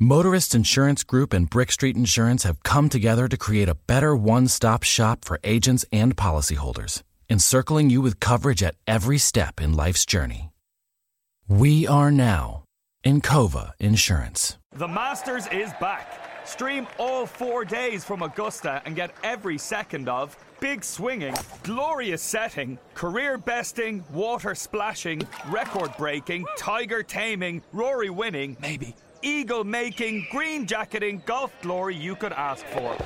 Motorist Insurance Group and Brick Street Insurance have come together to create a better one stop shop for agents and policyholders, encircling you with coverage at every step in life's journey. We are now Encova Insurance. The Masters is back. Stream all four days from Augusta and get every second of big swinging, glorious setting, career besting, water splashing, record breaking, tiger taming, Rory winning, maybe, eagle making, green jacketing, golf glory you could ask for.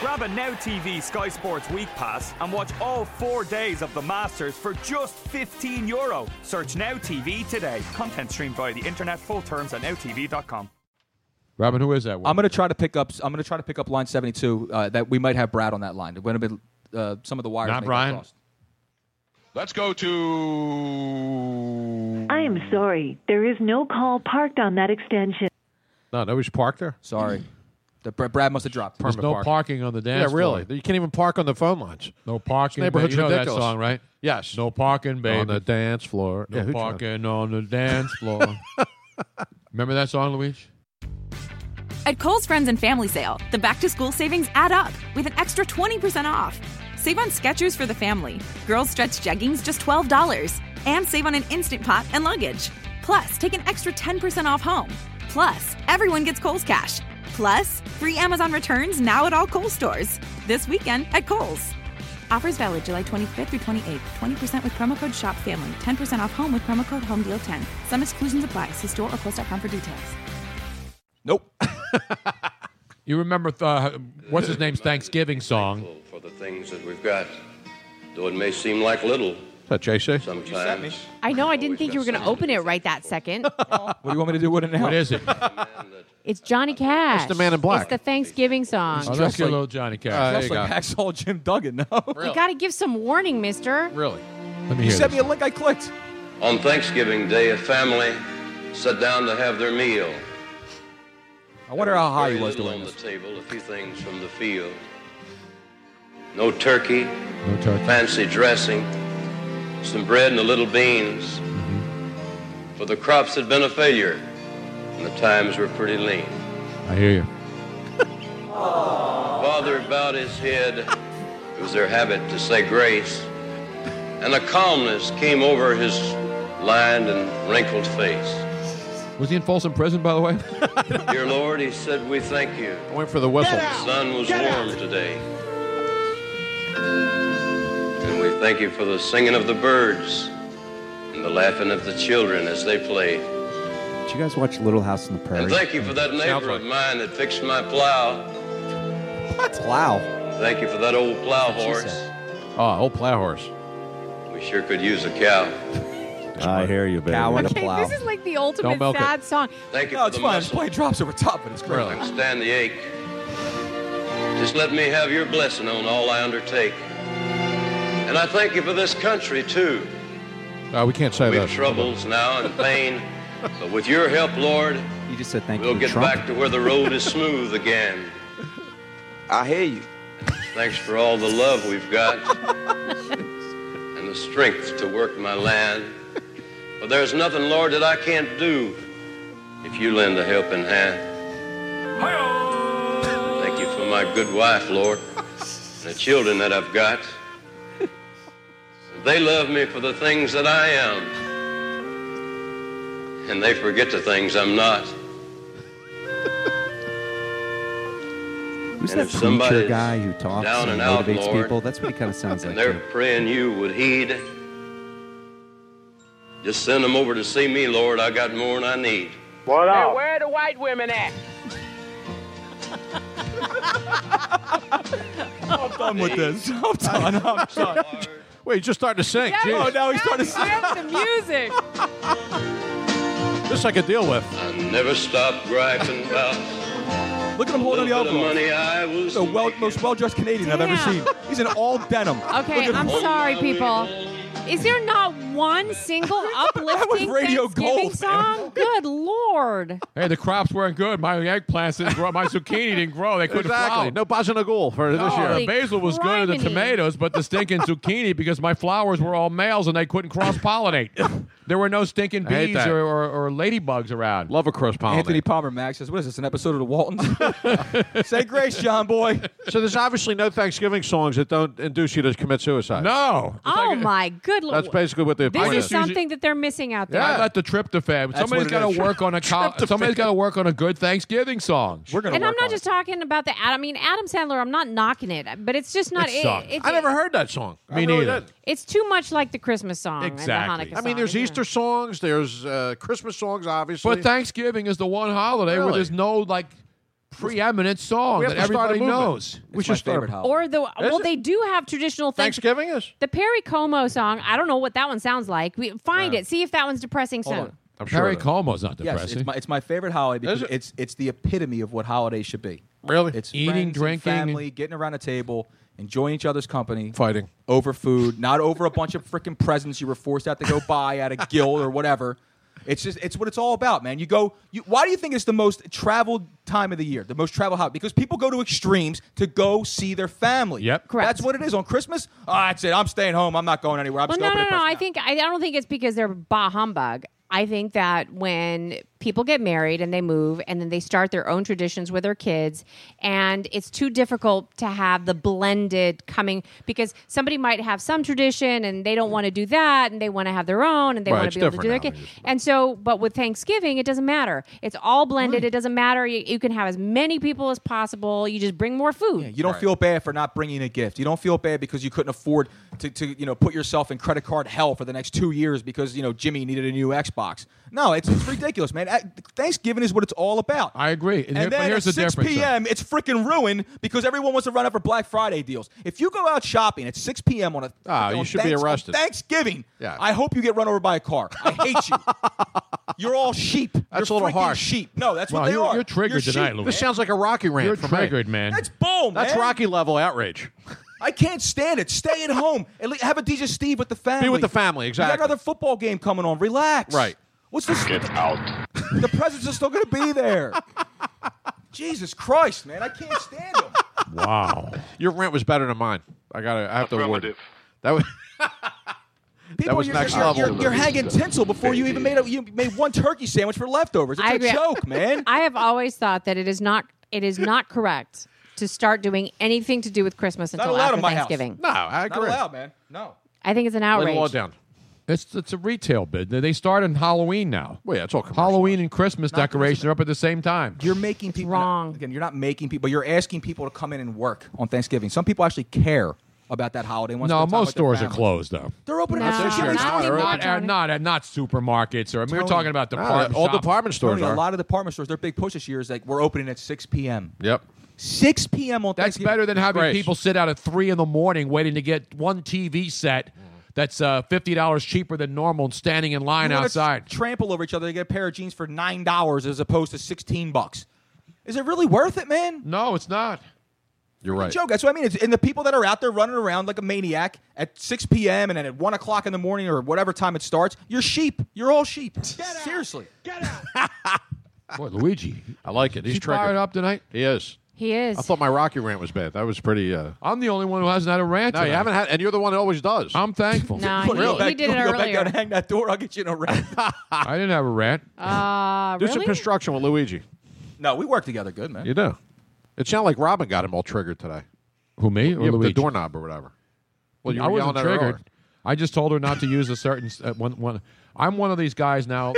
Grab a Now TV Sky Sports Week Pass and watch all four days of the Masters for just 15 euro. Search Now TV today. Content streamed via the internet, full terms at nowtv.com. Robin, who is that one? I'm gonna try to pick up. I'm gonna try to pick up line 72. Uh, that we might have Brad on that line. We're gonna be uh, some of the wires. Not may get Brian. crossed. Let's go to. I am sorry. There is no call parked on that extension. No, nobody's parked there. Sorry, the, Br- Brad must have dropped. There's no parking on the dance. Yeah, really. floor. You can't even park on the phone lines. No parking. This neighborhood's you know ridiculous. that song, right? Yes. No parking, baby. On the dance floor. No Yeah, who tried- parking on the dance floor. Remember that song, Luis? At Kohl's Friends and Family Sale, the back to school savings add up with an extra 20% off. Save on Skechers for the family, girls stretch jeggings just $12, and save on an Instant Pot and luggage. Plus, take an extra 10% off home. Plus, everyone gets Kohl's cash. Plus, free Amazon returns now at all Kohl's stores. This weekend at Kohl's. Offers valid July 25th through 28th. 20% with promo code SHOPFAMILY. 10% off home with promo code HOMEDEAL10. Some exclusions apply. See store or kohls.com for details. Nope. You remember uh, what's his name's Thanksgiving song? for the things that we've got. Though it may seem like little Is that JC? sometimes. I know I didn't think you were going to open it right that second. What do you want me to do with it now? What is it? It's Johnny Cash. It's the Man in Black. It's the Thanksgiving song. Oh, You that's Dressed your like- little Johnny Cash. Uh, there there you It's go. like hacksaw Jim Duggan. No, Really? got to give some warning, mister. really? Let me you hear sent me this. a link. I clicked. On Thanksgiving Day, a family sat down to have their meal. I wonder how high Very he was little doing on this. the table, a few things from the field. No turkey, No touch. fancy dressing, some bread and a little beans. For the crops had been a failure, and the times were pretty lean. I hear you. Father bowed his head. It was their habit to say grace. And a calmness came over his lined and wrinkled face. Was he in Folsom Prison, by the way? Dear Lord, he said, we thank you. I went for the whistle. The sun was warm today. And we thank you for the singing of the birds and the laughing of the children as they played. Did you guys watch Little House on the Prairie? And thank you for that neighbor like- of mine that fixed my plow. Wow. Thank you for that old plow horse. Oh, old plow horse. We sure could use a cow. I hear you, baby. Cow and a Okay, plow. this is like the Don't ultimate milk it. sad song. Thank you No, for it's the fine. Just muscle. play drops over top, and it's great. Really? I stand the ache. Just let me have your blessing on all I undertake. And I thank you for this country, too. Uh, we can't say We've that. troubles now and pain, But with your help, Lord, You just said thank we'll you, get Trump. back to where the road is smooth again. I hear you. Thanks for all the love we've got and the strength to work my land. But there's nothing, Lord, that I can't do if you lend a helping hand. Thank you for my good wife, Lord, and the children that I've got. They love me for the things that I am, and they forget the things I'm not. Who's And that if somebody's preacher guy who talks down and, and out, motivates Lord, people? That's what he kind of sounds like. And they're praying you would heed. Just send them over to see me, Lord. I got more than I need. What Hey, where are the white women at? I'm done with this. I'm done. I'm done. Wait, he's just starting to sing. Jeez. the music. This I could deal with. I never stop griping about. Look at him holding the Little bit of alcohol. money I was the well, most well-dressed Canadian I've ever Damn. seen. He's in all denim. Okay, Look at I'm him. sorry, people. Is there not one single uplifting Radio Thanksgiving Gold, song? Good lord! Hey, the crops weren't good. My eggplants didn't grow. My zucchini didn't grow. They couldn't Exactly. flower. No Bajana Ghoul for this No, year. the basil was good, and the criminy. tomatoes, but the stinking zucchini because my flowers were all males and they couldn't cross pollinate. there were no stinking I hate bees that. or, or, or ladybugs around. Love a cross Anthony Palmer Max says, "What is this? An episode of The Waltons?" Say grace, John boy. So there's obviously no Thanksgiving songs that don't induce you to commit suicide. No. Oh my good lord! That's basically what the This point is is. something that they're missing out there. Yeah, I let the tryptophan. That's Somebody's what it got is. to work on a co- Tryptophan. somebody's got to work on a good Thanksgiving song. We're and I'm not just talking about the. Ad- I mean, Adam Sandler. I'm not knocking it, but it's just not. It sucked. it's, I never heard that song. I Me really neither. didn't. It's too much like the Christmas song. and the Hanukkah I mean, song. there's Easter songs, there's uh, Christmas songs, obviously. But Thanksgiving is the one holiday where Really? there's no like preeminent song We have to that start a everybody movement. knows. It's my favorite holiday. Or the Is well, it? they do have traditional things. Thanksgiving is the Perry Como song. I don't know what that one sounds like. We find it. See if that one's depressing Hold soon. on. I'm sure Perry that- Como's not Yes, depressing. it's my, it's my favorite holiday because it's it's the epitome of what holidays should be. Really, it's Eating, friends and drinking, and- family, getting around a table, enjoying each other's company, fighting over food, not over a bunch of freaking presents you were forced out to go buy at a guild or whatever. It's just it's what it's all about, man. You go. You, why do you think it's the most traveled time of the year, the most traveled holiday? Because people go to extremes to go see their family. Yep, correct. That's what it is on Christmas. Oh, that's it. I'm staying home. I'm not going anywhere. I'm Well, just no, no, opening no. I think I don't think it's because they're bah humbug. I think that when people get married and they move and then they start their own traditions with their kids, and it's too difficult to have the blended coming because somebody might have some tradition and they don't want to do that and they want to have their own and they Right, want it's to be able to do their different kid. And so, but with Thanksgiving, it doesn't matter. It's all blended. It doesn't matter. You, you can have as many people as possible. You just bring more food. You don't feel bad for not bringing a gift. You don't feel bad because you couldn't afford to, to you know put yourself in credit card hell for the next two years because you know Jimmy needed a new Xbox. No, it's, it's ridiculous, man. Uh, Thanksgiving is what it's all about. I agree. And, And, here- but then here's the at 6 difference. though. p.m., it's freaking ruined because everyone wants to run up for Black Friday deals. If you go out shopping at 6 p.m. on a Ah, you on should be Thanks- on arrested. Thanksgiving, I hope you get run over by a car. I hate you. You're all sheep. That's a little freaking harsh. Sheep. No, that's Wow, what they you're- are. you're triggered sheep. tonight, Louis. This sounds like a Rocky rant You're for me. triggered, man. That's bull, man. That's Rocky level outrage. I can't stand it. Stay at home. At least have a DJ Steve with the family. with the family, You exactly. got another football game coming on. Relax. Right. What's this? Get out. The presents are still going to be there. Jesus Christ, man! I can't stand them. Wow. Your rant was better than mine. I got to I have to award it. That was That was you're, next you're- level. You're, you're hanging tinsel before you even made a, you made one turkey sandwich for leftovers. It's a joke, man. I have always thought that it is not it is not correct to start doing anything to do with Christmas Not until allowed after in my Thanksgiving. house. No, I agree. Not allowed, man. No. I think it's an outrage. It's it's a retail bid. They- They start in Halloween now. Well, yeah, it's all Halloween and Christmas decorations are up at the same time. You're making people wrong. again, you're not making people. You're asking people to come in and work on Thanksgiving. Some people actually care about that holiday. and wanna No, spend time most with their stores are family. closed though. They're opening up Not this year. not, Not not, anymore, uh, Tony. not, uh, not supermarkets or I mean, we're Tony. talking about department all shop. Tony, A lot of department stores. Their big push this year is like we're opening at 6 p.m. Yep. 6 p.m. on That's Thanksgiving. better than having people sit out at three in the morning waiting to get one TV set that's uh, fifty dollars cheaper than normal and standing in You line wanna outside. trample over each other. They get a pair of jeans for nine dollars as opposed to 16 bucks. Is it really worth it, man? No, it's not. You're right. joke. That's what I mean. It's, and the people that are out there running around like a maniac at 6 p.m. and then at 1 o'clock in the morning or whatever time it starts, you're sheep. You're all sheep. Seriously. Boy, Luigi. I like it. He's He's fired up tonight. He is. He is. I thought my Rocky rant was bad. That was pretty. Uh, I'm the only one who hasn't had a rant. no, you tonight. haven't had, and you're the one that always does. I'm thankful. No, You wanna he, go back- he did you it wanna go back down earlier. and hang that door. I'll get you in a rat. I didn't have a rant. Uh, Do some really? construction with Luigi. no, we work together good, man. You do. It sounded like Robin got him all triggered today. Who me or yeah, Luigi? the doorknob or whatever. Well, you I were wasn't yelling at her triggered. I just told her not to use a certain s- uh, one. One. I'm one of these guys now.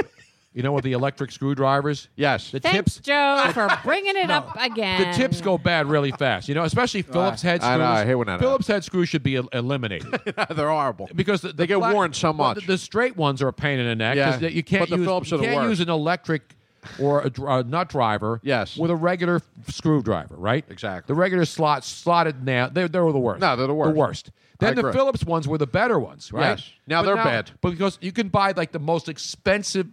you know, with the electric screwdrivers. Yes. The Thanks, tips. Joe, for bringing it up again. The tips go bad really fast. You know, especially Phillips head I screws. know, I hate when that Phillips head screws should be el- eliminated. or- They're horrible. because the, They the get flat- worn so well, much. the, the straight ones are a pain in the neck. 'cause Yeah, you but can't the use Phillips you are the can't worst. use an electric or a, dr- a nut driver. Yes. with a regular f- screwdriver, right? Exactly. The regular slot slotted now they they were the worst. No, they're the worst. The worst. Then the agree. Phillips ones were the better ones, right? Yes. Now But they're bad. because you can buy like the most expensive.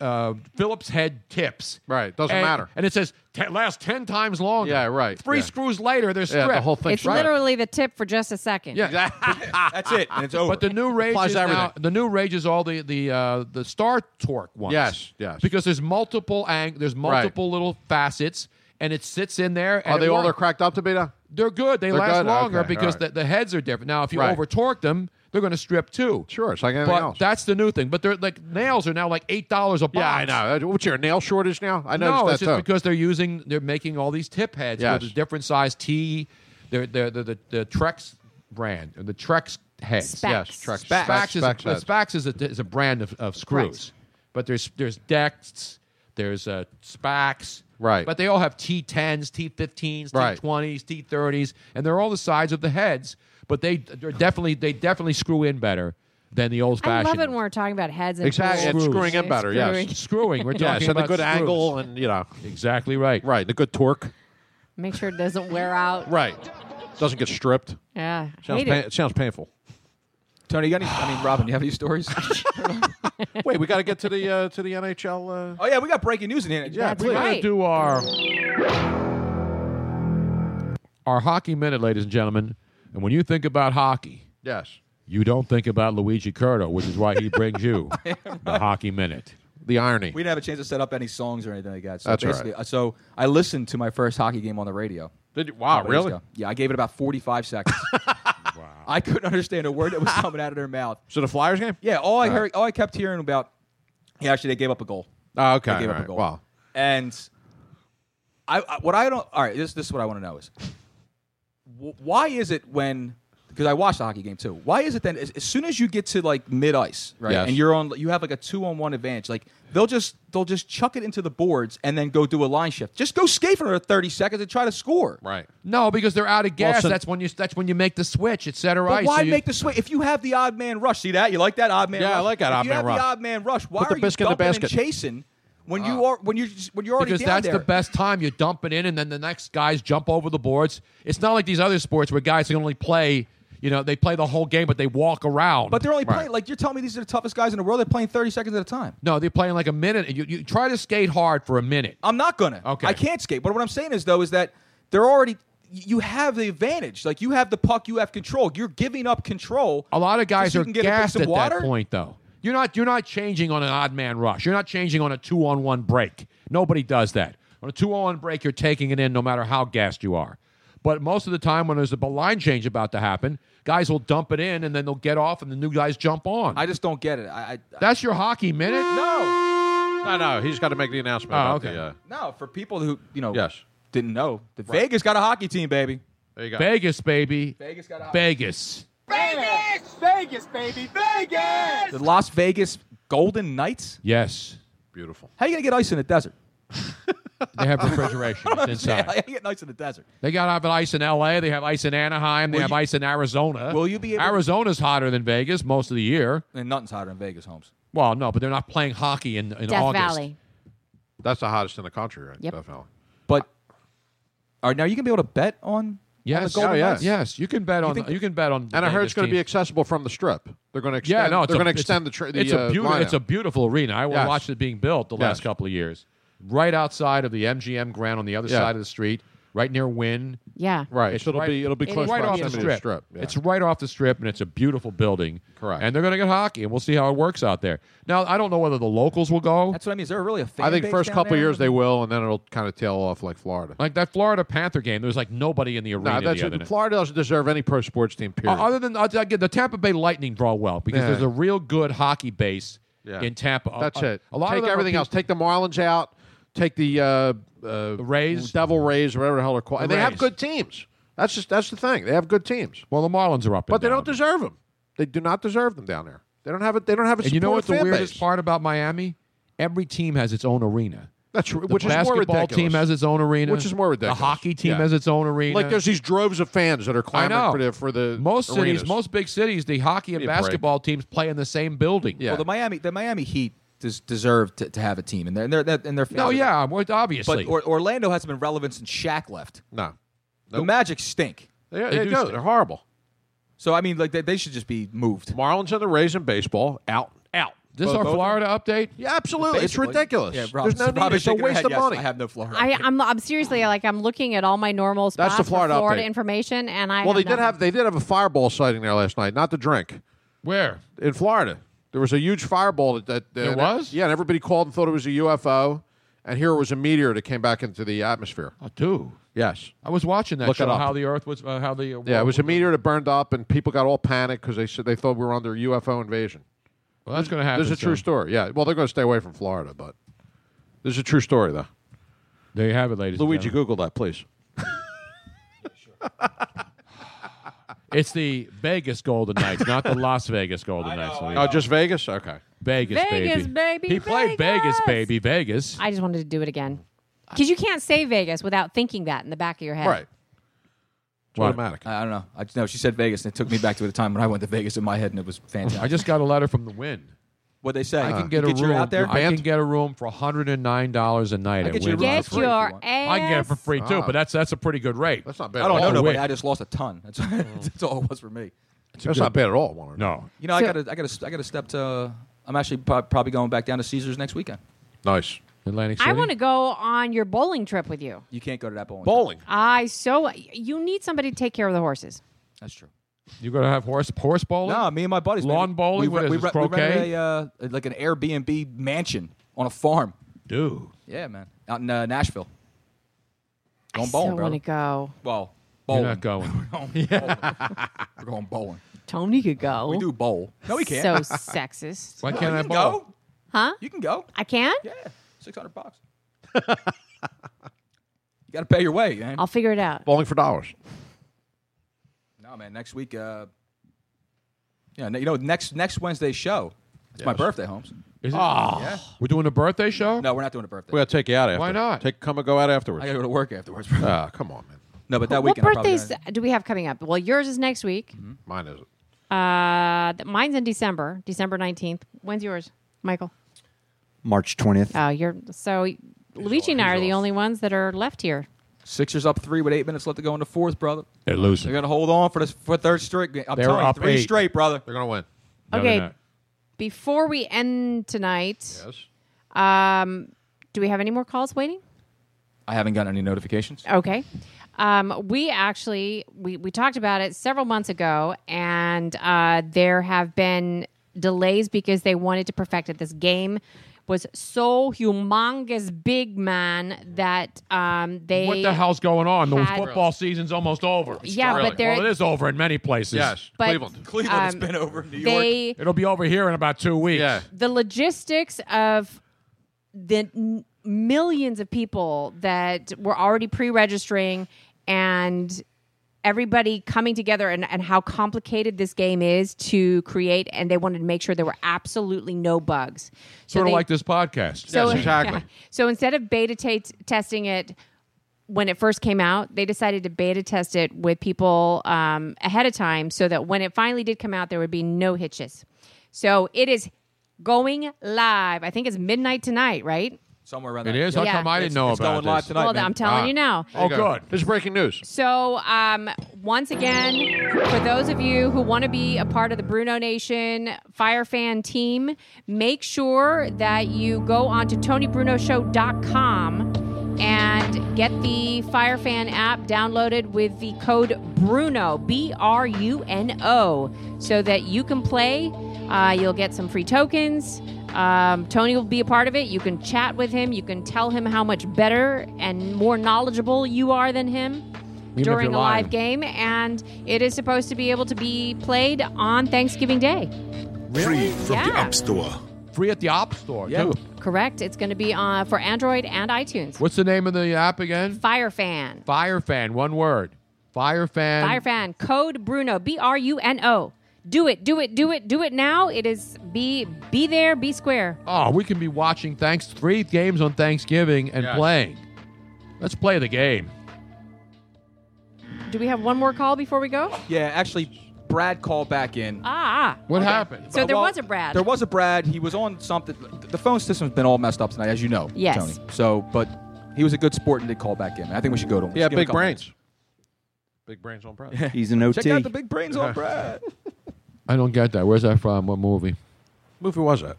Uh, Phillips head tips. Right, doesn't And- matter. And it says te- last ten times longer. Yeah, right, Three yeah. screws later, they're Yeah, stripped. the whole thing. It's literally the tip for just a second. Yeah. That's it. And it's over. But the new rage Applies is to everything. now, the new rage is all the the uh, the star torque ones. Yes, yes. Because there's multiple ang- there's multiple little facets, and it sits in there. And Are it they all they're works. cracked up to be now? They're good. They They're last good? longer Okay, because all right. the, the heads are different. Now, if you Right. over torque them, they're going to strip too. Sure, it's like anything But else. that's the new thing. But they're like nails are now like eight dollars a box. yeah, I know. Uh, What's your nail shortage now? I noticed No, that it's just too. because they're using they're making all these tip heads Yes. with a different size T. They're, they're, they're the the Trex brand or the Trex heads. Specs. Yes, Trex. Spax, Spax, Spax is, a, heads. Spax is, a, is a brand of, of screws, but there's there's Dex, there's uh, Spax, Right. But they all have T10s, T15s, Right. T20s, T30s, and they're all the size of the heads. But they they're definitely they definitely screw in better than the old I fashioned. love it when we're talking about heads and Exactly, tools. it's screwing in better. Screwing. Yes, screwing. We're talking yes, and about a good screws. angle, and you know, Exactly right. right, the good torque, Make sure it doesn't wear out. right, doesn't get stripped. Yeah, Sounds hate pain- it. it sounds painful. Tony, you got any? I mean, Robin, you have any stories? Wait, we got to get to the uh, to the NHL. Uh... oh yeah, we got breaking news in here. Yeah, That's We're gonna right. do our our hockey minute, ladies and gentlemen. And when you think about hockey, Yes, you don't think about Luigi Curto, which is why he brings you the hockey minute. the irony. We didn't have a chance to set up any songs or anything like that. So That's all basically, uh, So I listened to my first hockey game on the radio. Did you- wow, couple days really? ago. Yeah, I gave it about 45 seconds. I couldn't understand a word that was coming out of their mouth. So the Flyers game? Yeah, all I heard, all Oh, I kept hearing about. Yeah, actually, they gave up a goal. Oh, okay. They gave all up a right. goal. Wow. And I, I what I don't. All right, this this is what I want to know is wh- why is it when because I watched the hockey game too. Why is it then as, as soon as you get to like mid ice, right, Yes. and you're on, you have like a two on one advantage. Like they'll just they'll just chuck it into the boards and then go do a line shift. Just go skate for another thirty seconds and try to score. Right. No, because they're out of gas. so- that's when you that's when you make the switch, et cetera. But ice. why So you- make the switch if you have the odd man rush? See that you like that odd man? Yeah, rush? I like that If odd man You rush. have the odd man rush. Why Put the are you biscuit in the dumping and basket. Ah. chasing when you are when you are when you're already because down that's there? the best time. You dump it in, and then the next guys jump over the boards. It's not like these other sports where guys can only play. You know, they play the whole game, but they walk around. But they're only Right. playing like you're telling me these are the toughest guys in the world. They're playing thirty seconds at a time. no, they're playing like a minute. and You, you try to skate hard for a minute. I'm not gonna. Okay. I can't skate. But what I'm saying is though is that they're already. You have the advantage. Like you have the puck. You have control. You're giving up control. A lot of guys so you are can get a gassed piece at of water? that point, though. You're not you're not changing on an odd man rush. You're not changing on a two on one break. Nobody does that. On a two on one break, you're taking it in no matter how gassed you are. But most of the time, when there's a line change about to happen, guys will dump it in and then they'll get off, and the new guys jump on. I just don't get it. I, I That's your hockey minute. no No, no, he's got to make the announcement. Oh, about okay. The, uh, no for people who you know Yes. didn't know. The Vegas got a hockey team, baby. there you go. Vegas, baby. Vegas got a hockey. Vegas. The Las Vegas Golden Knights. Yes, Beautiful. How you gonna get ice in the desert? they have refrigeration It's inside. How you get ice in the desert? They got to have ice in L.A. They have ice in Anaheim. They have ice in Arizona. will you be able- Arizona's hotter than Vegas most of the year. And nothing's hotter than Vegas, Holmes. Well, no, but they're not playing hockey in, in Death August. Valley. That's the hottest in the country, right? Yep. Definitely. But all right, now you can be able to bet on on Yes, the Golden Oh, yeah. Knights? yes, you can bet on think- you can bet on. And I heard it's going to be Vegas teams. accessible from the strip. They're going to yeah, extend. no, it's they're a- going to it's- extend the. Tri- the it's a uh, beautiful lineup. it's a beautiful arena. I Yes. watched it being built the Yes. last couple of years, right outside of the MGM Grand on the other Yeah. side of the street. right near Wynn. Yeah. Right. So it'll be- it'll be It close is right off the proximity to strip. Strip, yeah. It's right off the strip, and it's a beautiful building. Correct. And they're going to get hockey, and we'll see how it works out there. Now, I don't know whether the locals will go. That's what I mean. Is there really a fan I think base first down couple there? years they will, and then it'll kind of tail off like Florida. Like that Florida Panther game, there was like nobody in the No, arena. that's the other night. Florida doesn't deserve any pro sports team. Period. Uh, other than uh, again, the Tampa Bay Lightning draw well because Yeah. there's a real good hockey base in Tampa. A- That's a, it. Uh, A lot take of them are everything peop- else. Take the Marlins out. Take the, uh, uh, Rays, Devil Rays, whatever the hell they're The called. And they have Rays. good teams. That's just that's the thing. They have good teams, Well, the Marlins are up, and but they down. don't deserve them. They do not deserve them down there. They don't have it. They don't have a. And you know what supportive the fan weirdest base. part about Miami? Every team has its own arena. That's r- The which is more basketball ridiculous. team has its own arena, Which is more ridiculous. The hockey team Yeah. has its own arena. Like there's these droves of fans that are I climbing know for the for the most arenas. cities, most big cities, the hockey and Give me a break. basketball teams play in the same building. Well, the Miami, the Miami Heat des- deserve to, to have a team, and they're, and they're, and they're no, yeah, well, obviously. But or, Orlando hasn't been relevant since Shaq left. No, the Magic stink. They, they do. They're horrible. So I mean, like they, they should just be moved. Marlins and the Rays in baseball out out. this Both our of them. Florida update? Yeah, absolutely. Basically. It's ridiculous. Yeah, There's Rob's, no need. Rob is It's a shaking her waste head, of yes, money. I have no Florida. I, I'm, I'm seriously like I'm looking at all my normal spots That's the for Florida Florida update. information, and I well, they have did nothing. have they did have a fireball sighting there last night. Not to drink Where? in Florida. There was a huge fireball that, that There uh, was? Yeah, and everybody called and thought it was a UFO, and here it was a meteor that came back into the atmosphere. I do. Yes. I was watching that Look it show. up. How the Earth was, uh, how the uh, Yeah, it was a meteor that burned up, and people got all panicked because they said they thought we were under UFO invasion. Well, that's going to happen. This is a true soon. story. Yeah. Well, they're going to stay away from Florida, but this is a true story, though. There you have it, ladies. and Luigi, gentlemen. Google that, please. It's the Vegas Golden Knights, not the Las Vegas Golden Knights. Oh, just Vegas? Okay. Vegas, Vegas, baby, He played Vegas, baby, Vegas. I just wanted to do it again because you can't say Vegas without thinking that in the back of your head. Right. It's What? automatic. I don't know. I just know she said Vegas, and it took me back to the time when I went to Vegas in my head, and it was fantastic. I just got a letter from the Win. what they say. Uh, I uh, can get, you a your room. out there. I can get a room for hundred and nine dollars a night. at get you a Wynn. room Get for free if you your want. ass. I can get it for free Ah. too, but that's that's a pretty good rate. That's not bad. I don't at all. know nobody. Win. I just lost a ton. That's, that's all it was for me. That's not bad at all. Warner. No, You know, I got to, I got to, I got to step to. I'm actually prob- probably going back down to Caesars next weekend. Nice. Atlantic City. I want to go on your bowling trip with you. You can't go to that bowling. Bowling. I so you need somebody to take care of the horses. That's true. You're going to have horse horse bowling. No, me and my buddies. Lawn we- bowling? We, What re- is we, this, re- we rented croquet? a, uh, like an Airbnb mansion on a farm. dude. Yeah, man, out in uh, Nashville. Going I bowling, still bro. want to go. Well, You're bowling. not going. We're going bowling. We're going bowling. Tony could go. We do bowl. No, we can't. So sexist, Why No, can't you I can bowl? Go. huh? You can go. I can. Yeah, six hundred bucks. you got to pay your way, man. I'll figure it out. Bowling for dollars. No, man. Next week. Uh, yeah, you know, next next Wednesday's show. It's my birthday, Holmes. Is it? Yeah. We're doing a birthday show. No, we're not doing a birthday. Ah. We got to take you out after. Why not? Take come and go out I afterwards. got to go to work afterwards. Bro. Ah, come on, man. no, but that what weekend. I'm probably birthdays gonna- do we have coming up? Well, yours is next week. Mine isn't. Uh, th- mine's in December, December nineteenth. When's yours, Michael? March 20th. Oh, you're so Luigi and I are the only ones that are left here. Sixers up three with eight minutes left to go in the fourth, brother. They're They're losing. gonna hold on for this for third straight. game. I'm They're telling you, up three eight. straight, brother. They're going to win. No, they're okay, not. before we end tonight, Yes. um, do we have any more calls waiting? I haven't gotten any notifications. Okay. Um, we actually we, we talked about it several months ago, and uh, there have been delays because they wanted to perfect it. This game was so humongous, big man that um, they What the hell's going on? The had- football season's almost over. Yeah, but they're- well, it is over in many places. Yes. But- Cleveland. Cleveland has been over New York. they It'll be over here in about two weeks. Yeah. the logistics of the n- millions of people that were already pre-registering and everybody coming together and, and how complicated this game is to create and they wanted to make sure there were absolutely no bugs Sort of they- like this podcast. Yes, exactly. so instead of beta ta- testing it when it first came out, they decided to beta test it with people um, ahead of time so that when it finally did come out, there would be no hitches. So it is going live. I think it's midnight tonight, right? Somewhere around It there. is. Yeah. How come I It's- didn't know it's about going this? live tonight. well, man. I'm telling Ah. you now. Oh, There you go. good. This is breaking news. So, um, once again, for those of you who want to be a part of the Bruno Nation Fire Fan team, make sure that you go on to TonyBrunoShow.com and get the Fire Fan app downloaded with the code Bruno B R U N O so that you can play. Uh, you'll get some free tokens. Um, Tony will be a part of it. You can chat with him. You can tell him how much better and more knowledgeable you are than him if during you're a lying. live game. And it is supposed to be able to be played on Thanksgiving Day. Free from the Yeah. App Store. Free at the App Store, too. Correct. It's going to be on for Android and iTunes. What's the name of the app again? Fire Fan. Fire Fan, one word. Fire Fan. Fire Fan. Code Bruno. B R U N O. Do it. Do it. Do it. Do it now. It is be be there. Be square. Oh, we can be watching thanks three games on Thanksgiving and playing. Let's play the game. Do we have one more call before we go? Yeah, actually, Brad called back in. Ah. What okay. happened? So there Uh, Well, was a Brad. There was a Brad. He was on something. The phone system's been all messed up tonight, as you know. Yes. Tony. So, but he was a good sport and did call back in. I think we should go to him. Yeah, Just give him a big couple brains. Big brains on Brad. minutes. He's an OT. Check out the big brains on Brad. I don't get that. Where's that from? What movie? movie was that?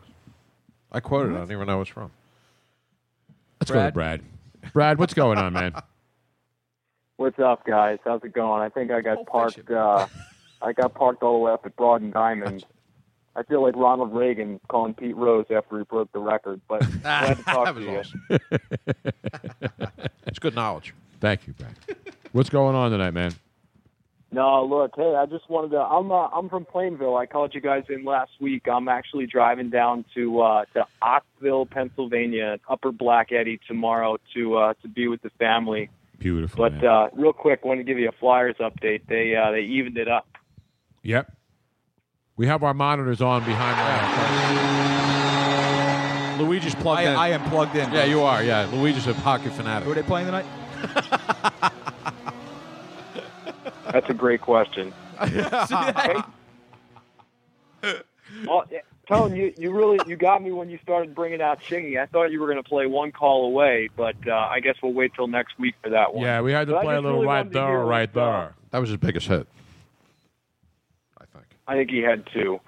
I quoted. it. I don't even know where it's from. Let's go to Brad. Brad, what's going on, man? What's up, guys? How's it going? I think I got parked. Uh, I got parked all the way up at Broad and Diamond. I feel like Ronald Reagan calling Pete Rose after he broke the record. But glad to talk to you. It's good knowledge. Thank you, Brad. What's going on tonight, man? No, look, hey, I just wanted to. I'm uh, I'm from Plainville. I called you guys in last week. I'm actually driving down to uh, to Ockville, Pennsylvania, Upper Black Eddy tomorrow to uh, to be with the family. Beautiful. But uh, real quick, want to give you a Flyers update. They uh, they evened it up. Yep. We have our monitors on behind that. Luigi's plugged I- in. I am plugged in. Yeah, you are. Yeah, Luigi's a hockey fanatic. Who are they playing tonight? That's a great question. Well, yeah, Tone, you, you really you got me when you started bringing out Chingy. I thought you were going to play one call away, but uh, I guess we'll wait till next week for that one. Yeah, we had to But I play a just little really right wanted to hear there, what right there. That was his biggest hit. I think he had two.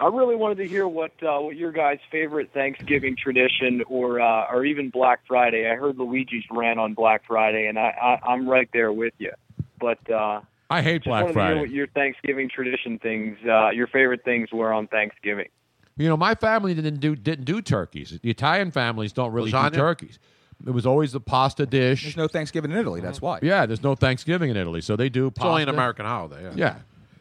I really wanted to hear what uh, what your guys' favorite Thanksgiving tradition or uh, or even Black Friday. I heard Luigi's rant on Black Friday, and I, I I'm right there with you. But uh, I hate just Black wanted to hear Friday. what your Thanksgiving tradition things, uh, your favorite things were on Thanksgiving. You know, my family didn't do didn't do turkeys. The Italian families don't really Lasagna? do turkeys. It was always the pasta dish. Uh-huh. There's no Thanksgiving in Italy. That's why. Yeah, there's no Thanksgiving in Italy, so they do. It's only an pasta. American holiday. Yeah. Yeah.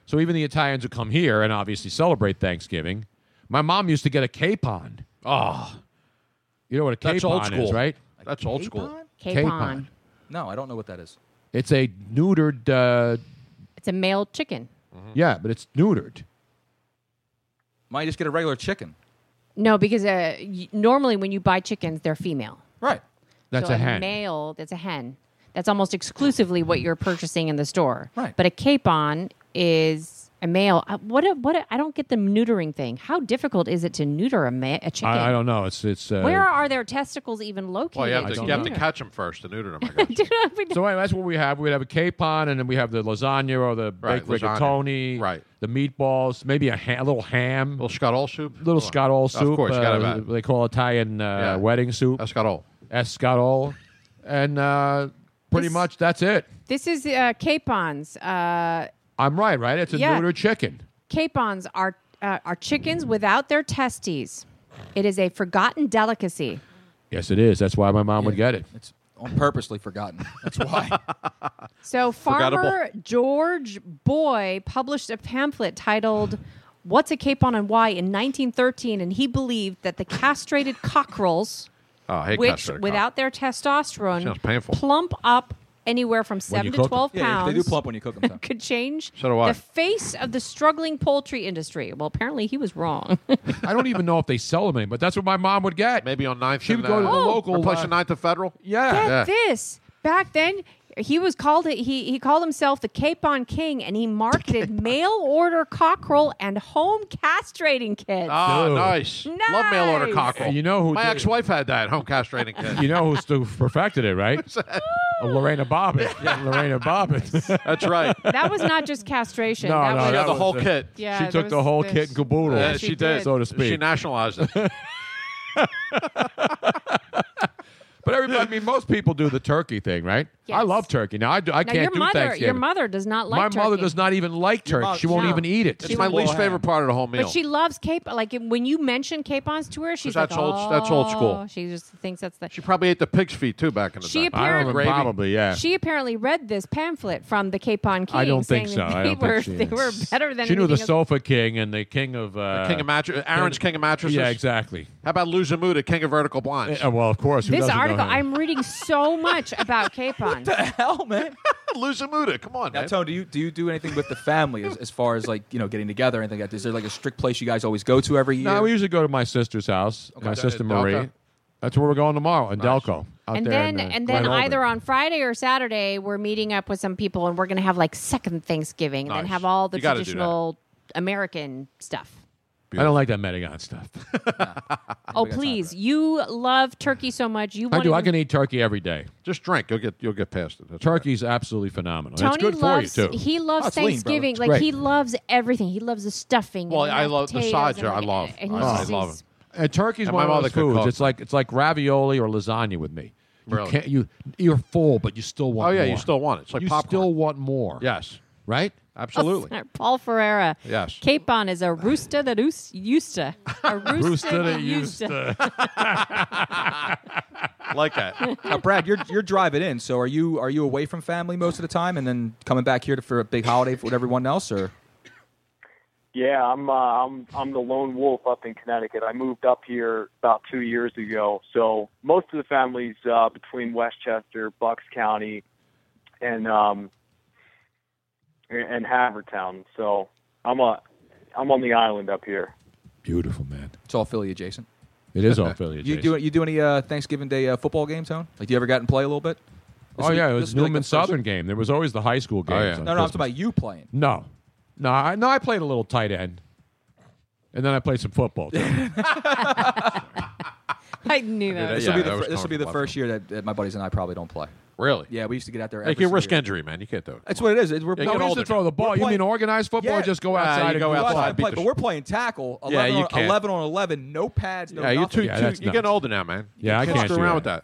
So even the Italians who come here and obviously celebrate Thanksgiving, my mom used to get a capon. Oh, Ah. you know what a That's old capon is, school. right? That's old school. Capon? Capon. No, I don't know what that is. It's a neutered. Uh, It's a male chicken. Mm-hmm. Yeah, but it's neutered. Might just get a regular chicken. No, because uh, y- normally when you buy chickens, they're female. Right. That's so a hen. male. That's a hen. That's almost exclusively what you're purchasing in the store. Right. But a capon is a male. Uh, What? A, what? A, I don't get the neutering thing. How difficult is it to neuter a, ma- a chicken? I, I don't know. It's it's. Uh, Where are their testicles even located? Well, Oh, you have to, to you have to neuter? catch them first to neuter them. so anyway, that's what we have. We have a capon, and then we have the lasagna or the Right, baked lasagna. rigatoni. Right. The meatballs, maybe a, ha- a little ham, little scottol soup, little scottol soup. Of course, uh, gotta have they call Italian uh, wedding soup. Escadol. Escadol, and uh, pretty much that's it. This is uh, capons. Uh, I'm right, right? It's a Yeah. neutered chicken. capons are uh, are chickens without their testes. It is a forgotten delicacy. Yes, it is. That's why my mom would get it. It's on purposely forgotten. That's why. So Forgettable. farmer George Boy published a pamphlet titled "What's a Capon and Why" in 1913, and he believed that the castrated cockerels, Oh, I hate which castrated without their Sounds testosterone painful. plump up anywhere from seven to twelve pounds, they do plump when you cook them. could change So do I. the face of the struggling poultry industry. Well, apparently he was wrong. I don't even know if they sell them anymore, but that's what my mom would get. Maybe on ninth. She would go to the Oh, local Replace uh, the ninth of federal. Get Yeah. this. Back then, he was called it. He he called himself the Capon King, and he marketed mail order cockerel and home castrating kits. Ah, nice. Love mail order Nice. cockerel. You know who My did- ex-wife had that home castrating kid. You know who's who perfected it, right? Uh, Lorena Bobbitt. Lorena Bobbitt. That's right. That was not just castration. No, that no, was, that was the whole kit. Yeah, she there took the was whole this- kit and caboodle. Yeah, she, did, so to speak. She nationalized it. But everybody, I mean, most people do the turkey thing, right? I love turkey. Now I do. I now, can't your do mother, Thanksgiving. your mother does not like my mother turkey. does not even like Your turkey. mom- she won't No. even eat it. She It's my won't. least favorite part of the whole meal. But she loves capon. Like when you mention capons to her, she's like, that's old- oh, that's old school. She just thinks that's the. She probably ate the pig's feet too back in the She day. I don't apparently- know, probably yeah. She apparently read this pamphlet from the Capon King. I don't think saying so. That I they don't were think she they is. were better than she knew the anything else. sofa king and the king of uh, King of mattresses. Aaron's king of mattresses. Yeah, exactly. How about Luzamu, the king of vertical blinds? Uh, well, of course. who This doesn't know article, him? I'm reading so much about capons. hell, man? Luzamuda, come on, Now, man. Tone, do you do you do anything with the family as, as far as like you know getting together or anything like that? Is there like a strict place you guys always go to every year? No, we usually go to my sister's house. My Okay. sister Delco. Marie. That's where we're going tomorrow in Delco. Out and there then, in, uh, and then Glen Olden. either on Friday or Saturday, we're meeting up with some people, and we're going to have like second Thanksgiving, and Nice. then have all the You gotta do that. traditional American stuff. I don't like that Medagon stuff. Oh, please! You love turkey so much. You I want do. I to can eat turkey every day. Just drink. You'll get you'll get past it. That's Turkey's absolutely phenomenal. Tony it's good loves. for you too. He loves Oh, it's lean, brother. Thanksgiving. It's like great. he loves everything. He loves the stuffing. Well, and I love the potatoes sides and are- I like- love. and he I just love eats- And Uh, turkey's And one my of mother those could foods. cook. It's like it's like ravioli or lasagna with me. You Really? can't you you're full, but you still want. Oh, yeah, more. you still want it. It's like you popcorn. still want more. Yes. Right. Absolutely. Paul Ferreira. Yes. Capon is a rooster that oos- used to. A rooster that used to. like that. Now, Brad, you're you're driving in, so are you are you away from family most of the time, and then coming back here to, for a big holiday with everyone else, or Yeah, I'm uh, I'm I'm the lone wolf up in Connecticut. I moved up here about two years ago, so most of the families uh, between Westchester, Bucks County, and um and Havertown. So I'm a I'm on the island up here. Beautiful man. it's all Philly adjacent. It is all Philly. You do you do any uh, Thanksgiving Day uh, football games, Tone? Like you ever got in play a little bit? This Oh would be- yeah, it this would was be like the Newman first- Southern game. There was always the high school games. Oh, yeah. on No, no, I'm talking Christmas. about you playing. No, no, I, no. I played a little tight end, and then I played some football. too. I knew Uh, that. This Yeah, will be that the was fir- this will be the comfortable. first year that, that my buddies and I probably don't play. Really? Yeah, we used to get out there. Like every you single risk year. injury, man. You can't do it. That's what it is. It- We're Yeah, No, get we used older. to throw the ball. We're You playing- mean organized football? Yeah. or Just go Ah, outside you and go do outside. football? I beat play, the but sh- we're playing tackle. 11 Yeah, you on, can't. 11 on 11, no pads, no yeah, you're nothing. too, Yeah, too- that's you're getting nuts. older now, man. Yeah, I you can't screw do around that. with that.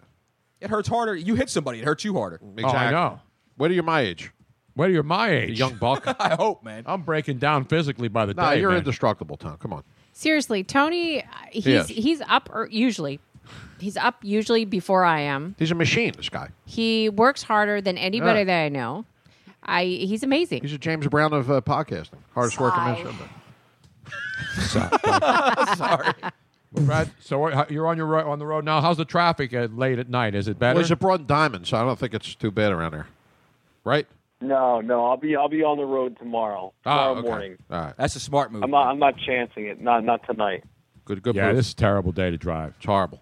It hurts harder. You hit somebody, it hurts you harder. Oh, Exactly. I know. What are you my age? Whether you're my A age, young buck? I hope, man. I'm breaking down physically by the nah, day. you're man. indestructible, Tom. Come on. Seriously, Tony, uh, he's Yes. he's up er, usually. He's up usually before I am. He's a machine, this guy. He works harder than anybody Yeah. that I know. I he's amazing. He's a James Brown of uh, podcasting. Hardest working man. should be. Brad, so what- how- you're on your ro- on the road now. How's the traffic at, late at night? Is it better? Well, he's a broad and diamond, so I don't think it's too bad around there. Right? No, no, I'll be I'll be on the road tomorrow Ah, tomorrow okay. morning. All right. That's a smart move. I'm not I'm not chancing it. Not not tonight. Good, good yeah, move. this is a terrible day to drive. It's horrible.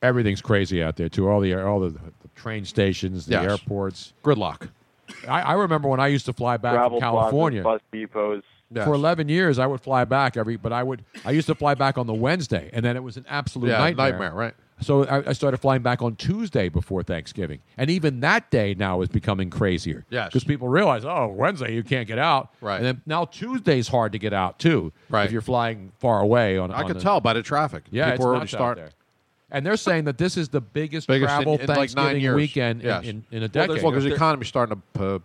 Everything's crazy out there too. All the all the, the train stations, the Yes. airports. Gridlock. I, I remember when I used to fly back Gravel from California. plazas, bus depots. Yes. For 11 years, I would fly back every, but I would, I used to fly back on the Wednesday, and then it was an absolute Yeah, nightmare. nightmare, right. So I, I started flying back on Tuesday before Thanksgiving, and even that day now is becoming crazier. Yes. because people realize, oh, Wednesday you can't get out, Right. And then now Tuesday's hard to get out too, Right. If you're flying far away on, I on could the- tell by the traffic. Yeah, People it's were nuts already out starting. there. And they're saying that this is the biggest, Biggest in- travel in, like Thanksgiving nine years. weekend in- Yes. in, in a Well, decade. there's- well, because the economy's starting to uh,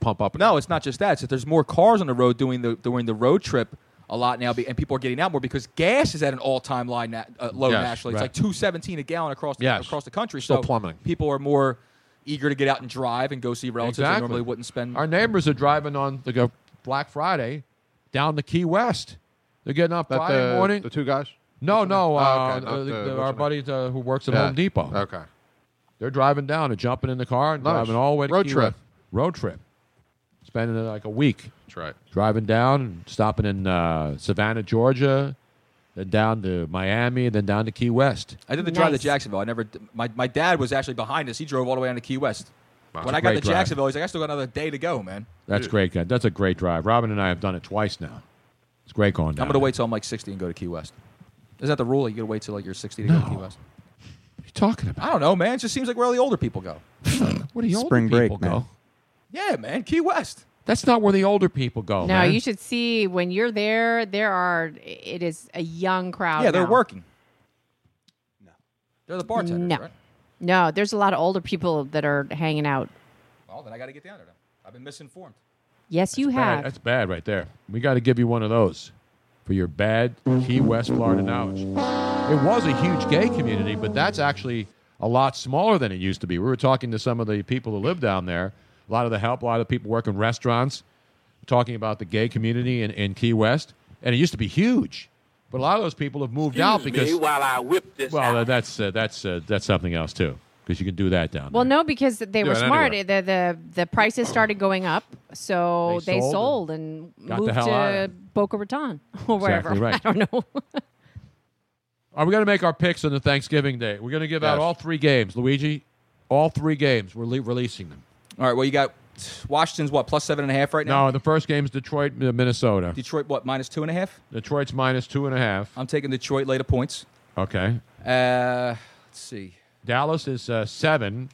pump up. No, it's not just that. It's that there's more cars on the road doing the doing the road trip a lot now, be- and people are getting out more because gas is at an all time line na- uh, low Yes, nationally. right. It's like two seventeen a gallon across the, Yes. across the country. Still so plummeting. People are more eager to get out and drive and go see relatives Exactly. they normally wouldn't spend. Our neighbors are driving on the go Black Friday down to Key West. They're getting up That Friday the, morning. the two guys? no, no, Oh, uh, okay, not uh, the- the- what's our her buddy uh, who works at Yeah. Home Depot. Okay. They're driving down and jumping in the car and Nice. driving all the way to Road Key trip. West. Road trip. Spending uh, like a week That's right. driving down, and stopping in uh, Savannah, Georgia, then down to Miami, then down to Key West. I did the drive to Nice. Jacksonville. I never. d- My, my dad was actually behind us. He drove all the way down to Key West. When I got to Great drive. Jacksonville, he's like, I still got another day to go, man. That's great, guy. That's a great drive. Robin and I have done it twice now. It's great going down. I'm gonna wait till I'm like 60 and go to Key West. Is that the rule? You gotta wait till like you're 60 to go to Key West. What are you talking about? I don't know, man. It just seems like where all the older people go. What do you Spring older break, people man. go? Yeah, man. Key West. That's not where the older people go. no, man. you should see when you're there. There are it is a young crowd. yeah, they're now. working. No, they're the bartenders, No. right? No, there's a lot of older people that are hanging out. Well, then I got to get down there. Then. I've been misinformed. Yes, you Bad- have. that's bad right there. We got to give you one of those for your bad Key West, Florida knowledge. It was a huge gay community, but that's actually a lot smaller than it used to be. We were talking to some of the people who live down there, a lot of the help, a lot of the people work in restaurants, talking about the gay community in, in Key West, and it used to be huge. But a lot of those people have moved out because I whip well, uh, that's uh, that's uh, that's something else too, because you can do that down. Well, no, because they Do were it smart. anyway. The, the the prices started going up, so They they, sold sold and, got the moved hell out of to Boca Raton or wherever. Exactly right. I don't know. Are we going to make our picks on the Thanksgiving day? We're going to give out Yes. all three games, Luigi. All three games. We're le- releasing them. All right. Well, you got Washington's what plus seven and a half right now. No, the first game's Detroit, uh, Minnesota. Detroit what minus two and a half? Detroit's minus two and a half. I'm taking Detroit later points. Okay. Uh, let's see. Dallas is uh, seven.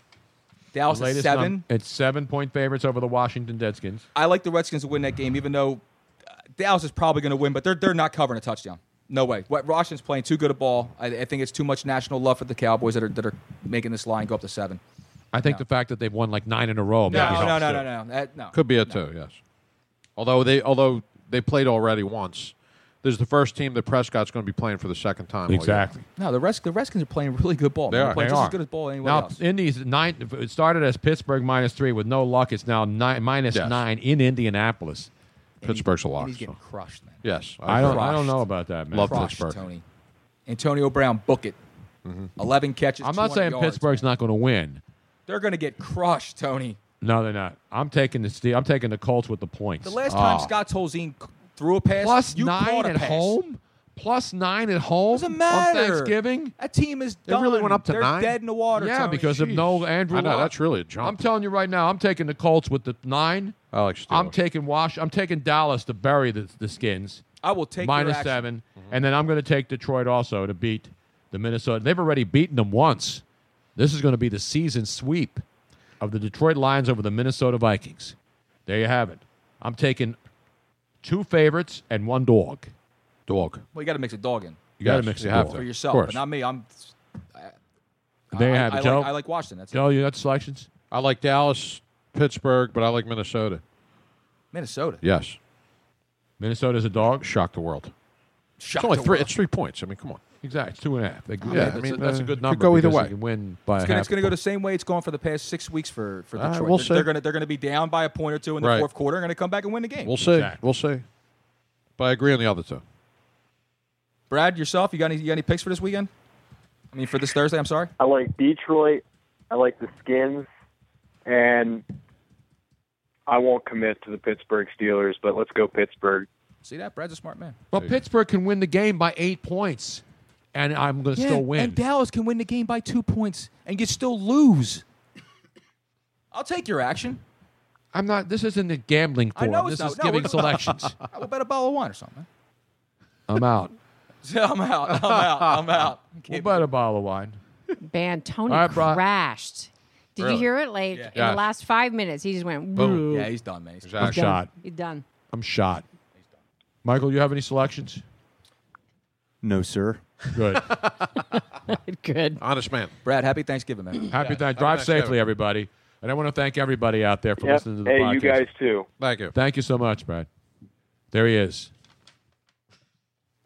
Dallas The is latest seven. num- it's seven point favorites over the Washington Redskins. I like the Redskins to win that game, even though uh, Dallas is probably going to win, but they're they're not covering a touchdown. No way. What Washington's playing too good a ball. I, I think it's too much national love for the Cowboys that are that are making this line go up to seven. I think the fact that they've won like nine in a row. maybe no, helps, no, no, too. no, no, That- no. Could be a two, yes. Although they although they played already once. This is the first team that Prescott's going to be playing for the second time. all year. Exactly. No, the rest the Redskins are playing really good ball. They man. are. playing They just are. as good as ball anywhere Now, else. Indy's nine. It started as Pittsburgh minus three with no luck. It's now nine, minus Yes. nine in Indianapolis. Pittsburgh's a lock. He's getting so. crushed, man. Yes, I don't. I agree. don't know about that, man. Love crushed, Pittsburgh. Mm-hmm. Tony. Antonio Brown, book it. Eleven catches. I'm not 200 saying yards. Pittsburgh's not going to win. They're going to get crushed, Tony. No, they're not. I'm taking the Ste- I'm taking the Colts with the points. The last Ah. time Oh. Scott Tolzien c- threw a pass, Plus you nine caught a at pass. home? Plus nine at home Doesn't matter. on Thanksgiving. That team is They done. really went up to They're nine? dead in the water. yeah, Tony. because of no Andrew. I know, Luck. that's really a jump. I'm telling you right now, I'm taking the Colts with the nine. I like Steelers. I'm taking Wash. I'm taking Dallas to bury the, the Skins. I will take your Minus action. Mm-hmm. 7 and then I'm going to take Detroit also to beat the Minnesota. They've already beaten them once. This is going to be the season sweep of the Detroit Lions over the Minnesota Vikings. There you have it. I'm taking two favorites and one dog. Dog. Well, you got to mix a dog in You got to Yes, mix you it have up. to. for Of yourself, course. but not me. I'm. I, There you I- have it, I Joe. Like, I like Washington. That's it. Joe, you got selections? I like Dallas, Pittsburgh, but I like Minnesota. Minnesota. Yes, Minnesota's a dog. shock the world. Shock it's only the three. world. It's three points. I mean, come on. Exactly. It's two and a half. They- Yeah, I that's, mean, a, that's a uh, good could number. go either because way. You can win by It's half. gonna, it's gonna go the same way it's gone for the past six weeks for, for All right, Detroit. we'll they're see. they're gonna they're gonna be down by a point or two in the Right. fourth quarter. and Gonna come back and win the game. We'll see. Exactly. We'll see. But I agree on the other two. Brad, yourself, you got any you got any picks for this weekend? I mean, for this Thursday. I'm sorry. Uh, I like Detroit. I like the Skins, and I won't commit to the Pittsburgh Steelers, but let's go Pittsburgh. See that? Brad's a smart man. Well, Pittsburgh can win the game by eight points, and I'm going to still win. And Dallas can win the game by two points, and you still lose. I'll take your action. I'm not. This isn't a gambling I forum. know this it's not. is No, giving it's- selections. I will bet a bottle of wine or something. I'm out. I'm out. I'm out. I'm out. What about a bottle of wine? Man, Tony All right, Bri- crashed. Did Really? you hear it? Like in Yeah. the last five minutes, he just went. Boom. "Woo." Yeah, he's done, man. He's I'm Exactly. shot. He's done. I'm shot. Michael, you have any selections? No, sir. Good. Good. Honest man. Brad, happy Thanksgiving, man. Happy Yeah, Thanksgiving. Drive happy safely, everybody. And I want to thank everybody out there for Yep. listening to the Hey, podcast. you guys too. Thank you. Thank you so much, Brad. There he is.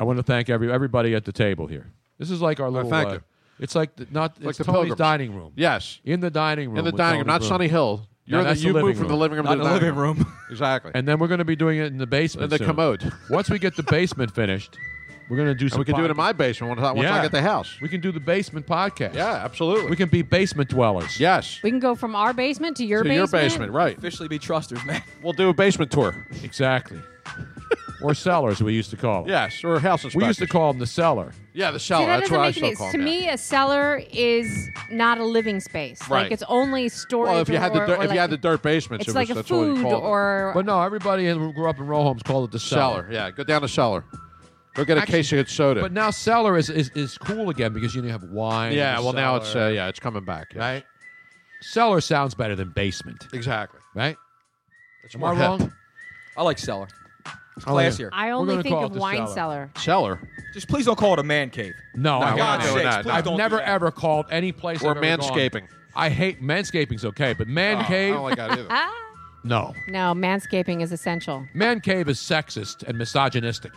I want to thank every everybody at the table here. This is like our little. thank uh, you. It's like the, not it's like the Tony's Pilgrims. dining room. Yes. In the dining room. In the with dining room, Tony's not Sunny Hill. No, You're the, that's the you living moved from the room. living room Not to in the the dining living room. Exactly. And then we're going to be doing it in the basement. In the soon. commode. Once we get the basement finished, we're going to do some. we can do it in podcasts. my basement once I- once I Yeah. get the house. We can do the basement podcast. Yeah, absolutely. We can be basement dwellers. yes. We can go from our basement to your to your basement. basement, right? Officially be trusters, man. We'll do a basement tour. Exactly. or cellars, we used to call them. Yes, or a house We inspection. used to call them the cellar. Yeah, the See, cellar. that Oh, That's doesn't what I make still any call sense. it To now. me, a cellar is not a living space. Right. Like it's only storage. well, if you had or- the dirt, if or you like- had the dirt basements, it's it was, like a that's what food you called it. or But no, everybody who grew up in row homes called it the cellar. cellar. Yeah, go down the cellar. Go get a Actually- case of good soda. But now cellar is, is, is cool again because you know, you have wine. yeah, in the well now it's cellar, uh, yeah, it's coming back. yes. right. Cellar sounds better than basement, Exactly. right? It's Am more I hip. wrong? I like cellar. It's Oh, classier. I only think of wine cellar. Cellar. Just please don't call it a man cave. No, I for got God's it. sakes, I've please don't do never ever called any place Or I've ever gone. manscaping. I hate manscaping's okay, but man Oh, I cave. don't like that either. No, No, manscaping is essential. man cave is sexist and misogynistic.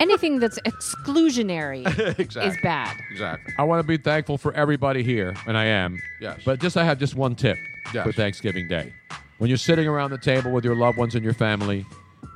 Anything that's exclusionary is bad. Exactly. I want to be thankful for everybody here, and I am. Yes. But just I have just one tip for Thanksgiving Day. When you're sitting around the table with your loved ones and your family,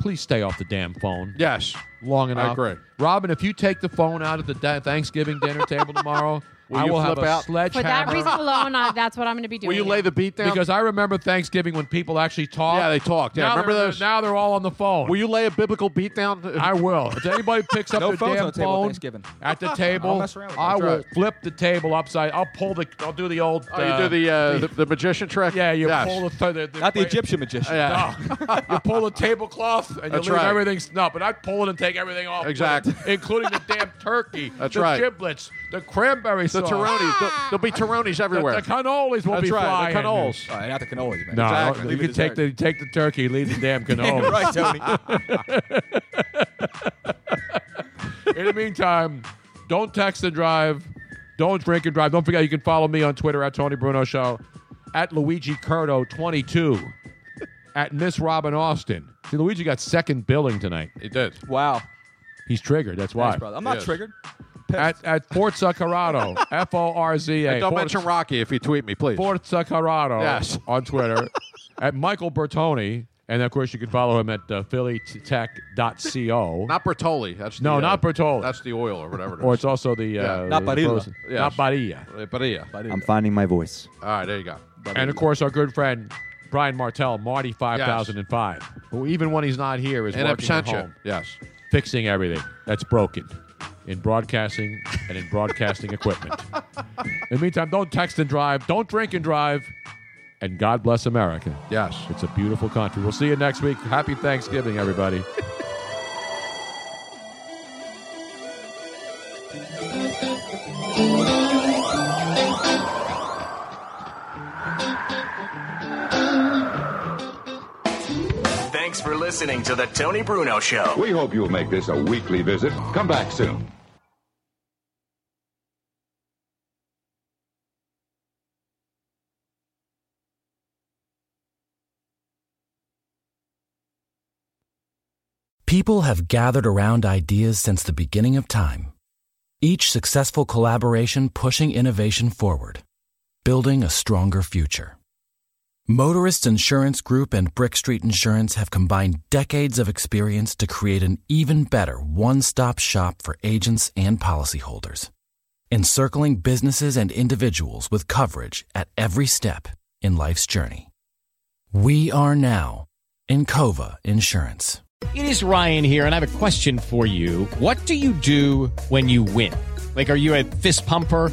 please stay off the damn phone. Yes. Long I enough. agree. Robin, if you take the phone out at the da- Thanksgiving dinner table tomorrow, Will I you will have flip a out? sledgehammer. For that reason alone, I, that's what I'm going to be doing. it. Because I remember Thanksgiving when people actually talked. Yeah, they talked. Yeah, Now remember they're- those? Now they're all on the phone. Will you lay a biblical beat down? I will. If anybody picks up No their phones on damn the table at phone Thanksgiving. at the I'll table, mess around with I that. will Right. flip the table upside. I'll pull the. I'll do the old. Oh, you do the, uh, the the magician trick. Yeah, you Yes. pull the, th- the, Oh, the Not the Egyptian magician. Yeah. No. you pull the tablecloth and That's you leave right. everything. No, but I pull it and take everything off. with it, Exactly. including the damn turkey. That's the right. Giblets, the cranberry The sauce, Tironis. There'll- there'll be Tironis everywhere. The, the cannolis will That's be right, the flying. cannolis. All right, not the cannolis, man. No, Exactly. you Leave it can as take the take the turkey, leave the damn canola. Right, Tony. In the meantime, don't text and drive. Don't drink and drive. Don't forget you can follow me on Twitter at Tony Bruno Show, at Luigi Curto twenty two, at Miss Robin Austin. See, Luigi got second billing tonight. He did. Wow. He's triggered. That's why. Thanks, brother. I'm not triggered. At, at Forza Corrado, F O R Z A. And don't mention Rocky if you tweet me, please. Forza Corrado Yes. on Twitter, at Michael Bertoni, and of course you can follow him at uh, phillytech.co. Not Bertoli. That's No, the, not Bertoli. That's the oil or whatever. It Or is. it's also the. Yeah. Uh, the Barilla. frozen- Yes. Not Barilla. Uh, Padilla. I'm finding my voice. All right, there you go. And of course, our good friend Brian Martell, Marty Five Thousand and Five, who even when he's not here is In working at absentia, home, yes, fixing everything that's broken in broadcasting and in broadcasting equipment. In the meantime, don't text and drive, don't drink and drive, and God bless America. Yes, it's a beautiful country. We'll see you next week. Happy Thanksgiving, everybody. Thanks for listening to The Tony Bruno Show. We hope you'll make this a weekly visit. Come back soon. People have gathered around ideas since the beginning of time, each successful collaboration pushing innovation forward, building a stronger future. Motorist Insurance Group and Brick Street Insurance have combined decades of experience to create an even better one stop shop for agents and policyholders, encircling businesses and individuals with coverage at every step in life's journey. We are now Encova Insurance. It is Ryan here, and I have a question for you. What do you do when you win? Like, are you a fist pumper?